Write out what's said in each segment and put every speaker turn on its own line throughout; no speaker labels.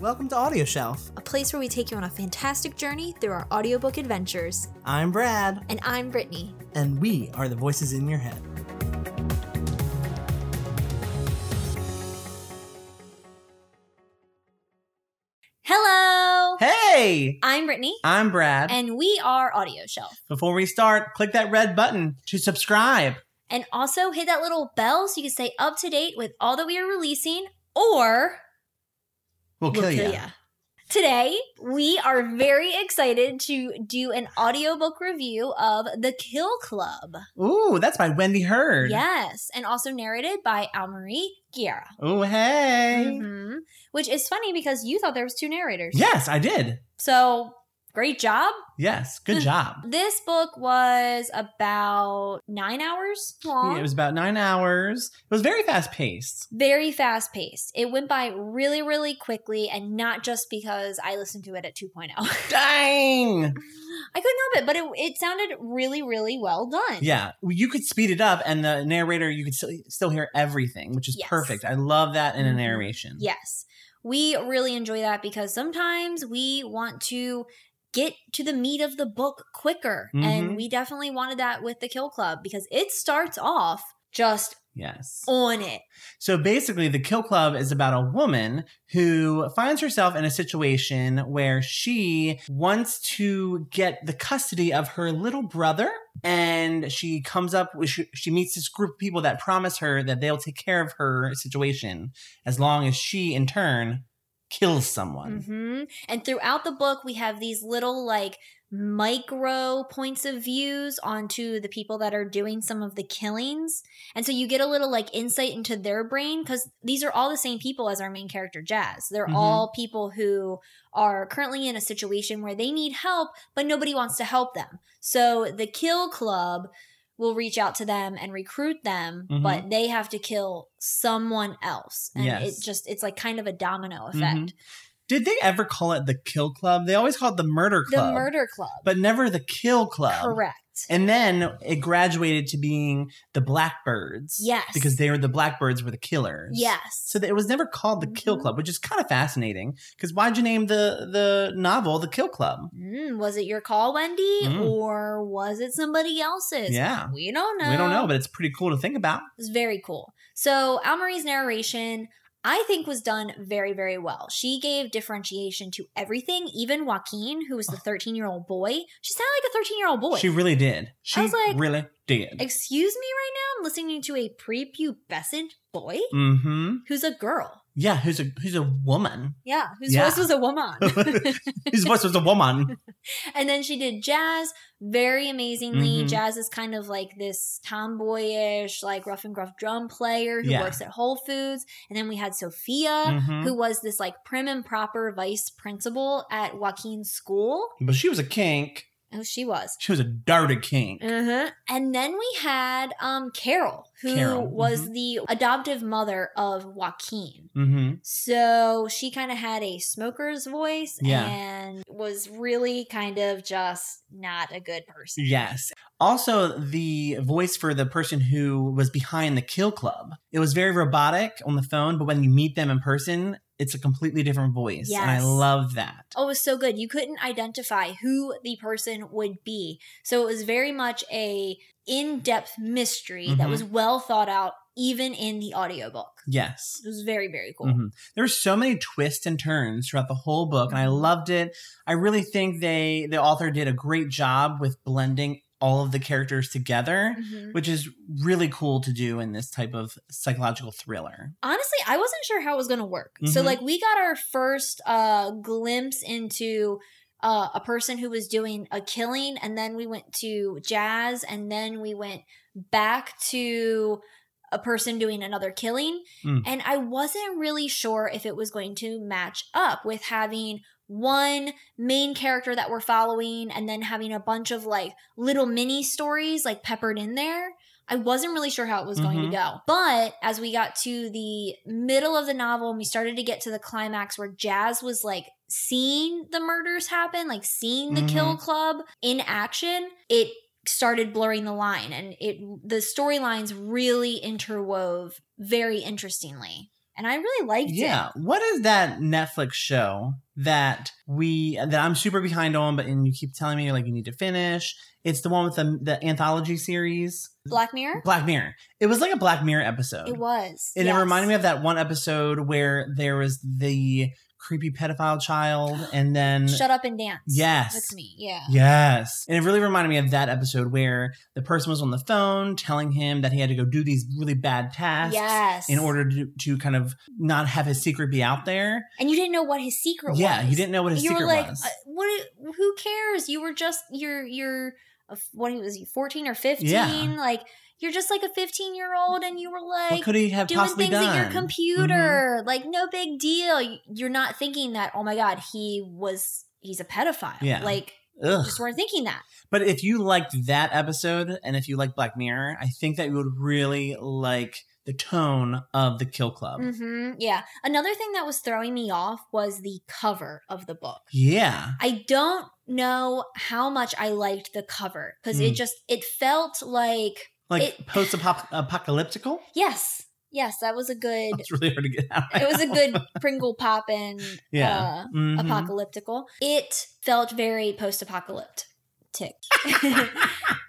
Welcome to Audio Shelf.
a place where we take you on a fantastic journey through our audiobook adventures.
I'm Brad,
And I'm Brittany.
and we are the voices in your head.
Hello!
Hey!
I'm Brittany,
I'm Brad.
and we are Audio Shelf.
Before we start, click that red button to subscribe.
And also hit that little bell so you can stay up to date with all that we are releasing, or
We'll,
we'll
kill, you.
ya. Today, we are very excited to do an audiobook review of The Kill Club.
Ooh, that's by Wendy Hurd.
Yes, and also narrated by Almarie Guerra.
Ooh, hey.
Mhm. Which is funny because you thought there was two narrators.
Yes, I did.
So, great job.
Yes, good job.
This book was about nine hours long.
It was about nine hours. It was very fast paced.
very fast paced. It went by really, really quickly, and not just because I listened to it at 2.0. I
Dang!
couldn't help it, but it, it sounded really, really well done.
Yeah, you could speed it up, and the narrator, you could still, still hear everything, which is
Yes.
perfect. I love that in a
Mhm.
narration.
Yes. We really enjoy that because sometimes we want to get to the meat of the book quicker.
Mhm.
And we definitely wanted that with the Kill Club because it starts off just
Yes.
on it.
So basically, the Kill Club is about a woman who finds herself in a situation where she wants to get the custody of her little brother. And she comes up with, she, she meets this group of people that promise her that they'll take care of her situation as long as she, in turn, kills someone.
hmm And throughout the book, we have these little like micro points of views onto the people that are doing some of the killings. And so you get a little like insight into their brain because these are all the same people as our main character, Jazz. They're
Mhm.
all people who are currently in a situation where they need help, but nobody wants to help them. So the Kill Club will reach out to them and recruit them,
Mhm.
but they have to kill someone else. And
Yes.
it just, it's like kind of a domino effect.
Mhm. Did they ever call it the Kill Club? They always called it the Murder Club,
The Murder Club.
but never the Kill Club.
Correct.
And then it graduated to being the Blackbirds.
Yes.
Because they were the Blackbirds were the killers.
yes.
So that it was never called the Kill
Mhm.
Club, which is kind of fascinating. Because why'd you name the the novel the Kill Club?
Mm, was it your call, Wendy,
Mm.
or was it somebody else's?
Yeah.
We don't know.
We don't know, but it's pretty cool to think about.
It was very cool. So Almarie's narration, I think, was done very, very well. She gave differentiation to everything, even Joaquin, who was the 13 year old boy. She sounded like a 13 year old boy.
She really did. She
was like-
really did.
Excuse me right now? I'm listening to a prepubescent boy
mm-hmm.
who's a girl.
Yeah. Who's a who's a woman?
Yeah, whose
Yeah.
voice was a woman.
Whose voice was a woman?
And then she did jazz very amazingly.
Mhm.
Jazz is kind of like this tomboyish, like rough and gruff drum player who
Yeah.
works at Whole Foods. And then we had Sophia,
Mhm.
Uh, who was this like prim and proper vice principal at Joaquin's school.
But she was a kink.
Oh, she was.
She was a dirty kink.
Uh-huh. And then we had um, Carol, who
Carol,
was the adoptive mother of Joaquin.
Mm-hmm.
So she kind of had a smoker's voice
Yeah.
and was really kind of just not a good person.
Yes. Also, the voice for the person who was behind the Kill Club. It was very robotic on the phone, but when you meet them in person, it's a completely different voice. And I
Yes.
love that.
Oh, it was so good. You couldn't identify who the person would be. So it was very much a in-depth mystery that
Mhm.
was well thought out even in the audiobook.
Yes.
It was very, very cool.
Mhm. There were so many twists and turns throughout the whole book, and I
Mm-hmm.
loved it. I really think they the author did a great job with blending all of the characters together,
Mhm.
which is really cool to do in this type of psychological thriller.
Honestly, I wasn't sure how it was going to work. So
Mhm.
like we got our first uh glimpse into uh, a person who was doing a killing and then we went to Jazz and then we went back to a person doing another killing
Mm.
and I wasn't really sure if it was going to match up with having one main character that we're following and then having a bunch of like little mini stories like peppered in there. I wasn't really sure how it was
Mm-hmm.
going to go. But as we got to the middle of the novel and we started to get to the climax where Jazz was like seeing the murders happen, like seeing the kill
Mm-hmm.
club in action, it started blurring the line and it the storylines really interwove very interestingly and I really liked it.
Yeah. What is that Netflix show that we that I'm super behind on, but and you keep telling me like you need to finish? It's the one with the the anthology series,
Black Mirror.
Black Mirror. It was like a Black Mirror episode.
It was.
And
yes.
it reminded me of that one episode where there was the creepy pedophile child, and then
Shut up and dance.
yes,
That's me. Yeah.
Yes. And it really reminded me of that episode where the person was on the phone telling him that he had to go do these really bad tasks
Yes.
in order to, to kind of not have his secret be out there.
and you didn't know what his secret was.
Yeah, he didn't know what his
you
secret
were like,
was.
uh, what? Who cares? You were just you're you're a f- what was you fourteen or fifteen?
Yeah.
Like you're just like a fifteen year old, and you were
what
like
could he have
doing
possibly
things
done? Mm-hmm.
at your computer. Like no big deal. You- You're not thinking that. Oh my god, he was he's a pedophile.
Yeah.
Like
Ugh.
just weren't thinking that.
But if you liked that episode and if you like Black Mirror, I think that you would really like the tone of the Kill Club.
hmm Yeah. Another thing that was throwing me off was the cover of the book.
Yeah.
I don't know how much I liked the cover because it
Mm.
just it felt like
Like
It-
post apocalyptical.
yes, yes, that was a good.
That's really hard to get out.
It was a good Pringle poppin'
Yeah.
uh,
Mhm.
apocalyptical. It felt very post-apocalyptic. and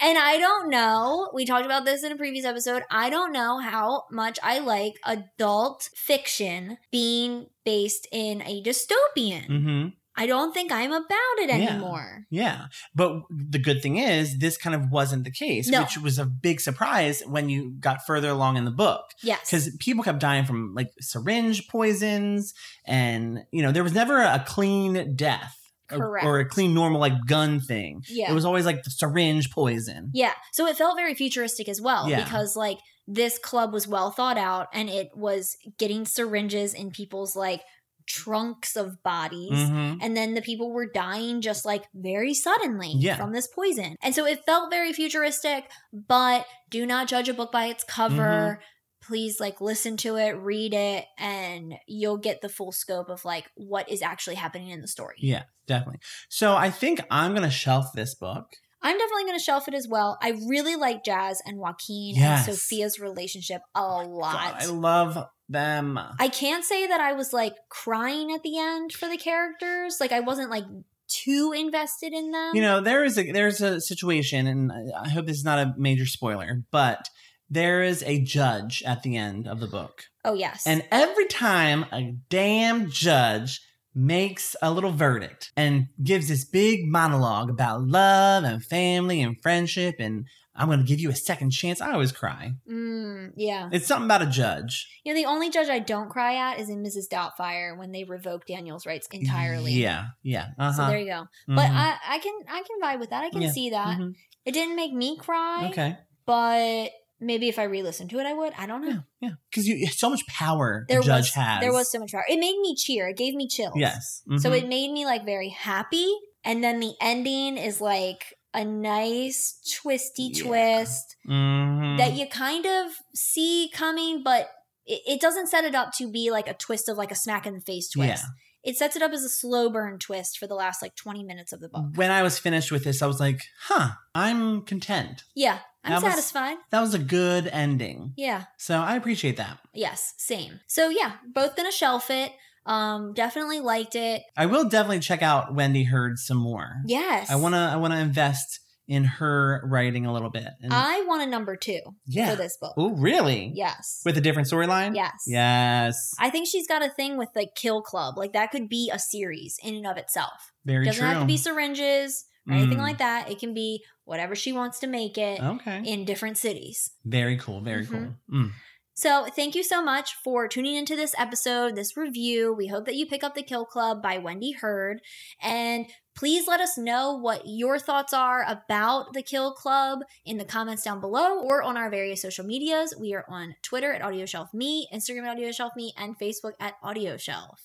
I don't know, we talked about this in a previous episode. I don't know how much I like adult fiction being based in a dystopian.
Mhm.
I don't think I'm about it
Yeah.
anymore.
Yeah. But the good thing is, this kind of wasn't the case,
No.
which was a big surprise when you got further along in the book.
Yes.
Because people kept dying from like syringe poisons, and, you know, there was never a clean death uh, or,
Correct.
or a clean, normal, like gun thing.
Yeah.
It was always like the syringe poison.
Yeah. So it felt very futuristic as well
Yeah.
because like this club was well thought out and it was getting syringes in people's like trunks of bodies.
Mhm.
And then the people were dying just like very suddenly
Yeah.
from this poison. And so it felt very futuristic, but do not judge a book by its cover.
Mm-hmm.
Please like listen to it, read it, and you'll get the full scope of like what is actually happening in the story.
Yeah, definitely. So I think I'm going to shelf this book.
I'm definitely going to shelf it as well. I really like Jazz and Joaquin
Yes.
and Sophia's relationship a lot.
God, I love them.
I can't say that I was like crying at the end for the characters. Like I wasn't like too invested in them.
you know there is a there's a situation and I- i hope this is not a major spoiler but there is a judge at the end of the book
Oh yes.
and every time a damn judge makes a little verdict and gives this big monologue about love and family and friendship and i'm gonna give you a second chance i always cry
mm, yeah.
it's something about a judge
You know the only judge I don't cry at is in Mrs. Doubtfire when they revoke Daniel's rights entirely.
yeah yeah uh-huh
So there you go. But
Mhm.
I, I can I can vibe with that. I can
Yeah.
see that.
Mhm.
It didn't make me cry.
okay
But maybe if I re-listened to it, I would. I don't know.
yeah yeah because you so much power
There
a judge
was
has
there was so much power. It made me cheer. It gave me chills.
yes
So
Mhm.
it made me like very happy. And then the ending is like a nice twisty
Yeah.
twist
Mhm.
that you kind of see coming, but it, it doesn't set it up to be like a twist of like a smack in the face twist. It sets it up as a slow burn twist for the last like 20 minutes of the book.
when I was finished with this, I was like, huh, I'm content.
Yeah, I'm
That was-
satisfied.
That was a good ending.
Yeah.
So I appreciate that.
Yes, same. So yeah, both gonna shelf it. Um, definitely liked it.
I will definitely check out Wendy Heard some more.
Yes.
I wanna I wanna invest in her writing a little bit. And
I want a number two
yeah.
for this book.
Oh really?
Yes.
With a different storyline?
Yes.
Yes.
I think she's got a thing with like Kill Club. Like that could be a series in and of itself.
Very
Doesn't
true. Mm.
have to be syringes or anything like that. It can be whatever she wants to make it
Okay.
in different cities.
Very cool. Very
Mhm.
cool. Mm.
So, thank you so much for tuning into this episode, this review. We hope that you pick up The Kill Club by Wendy Hurd. And please let us know what your thoughts are about The Kill Club in the comments down below or on our various social medias. We are on Twitter at AudioShelfMe, Instagram at AudioShelfMe, and Facebook at AudioShelf.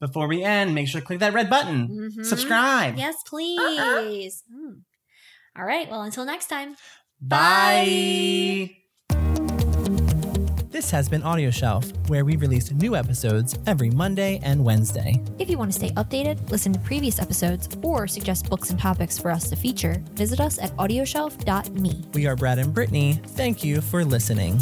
Before we end, make sure to click that red button.
Mhm.
Subscribe.
Yes, please. Mm. All right. Well, until next time.
Bye. This has been Audio Shelf, where we release new episodes every Monday and Wednesday.
If you want to stay updated, listen to previous episodes, or suggest books and topics for us to feature, visit us at audioshelf.me.
We are Brad and Brittany. Thank you for listening.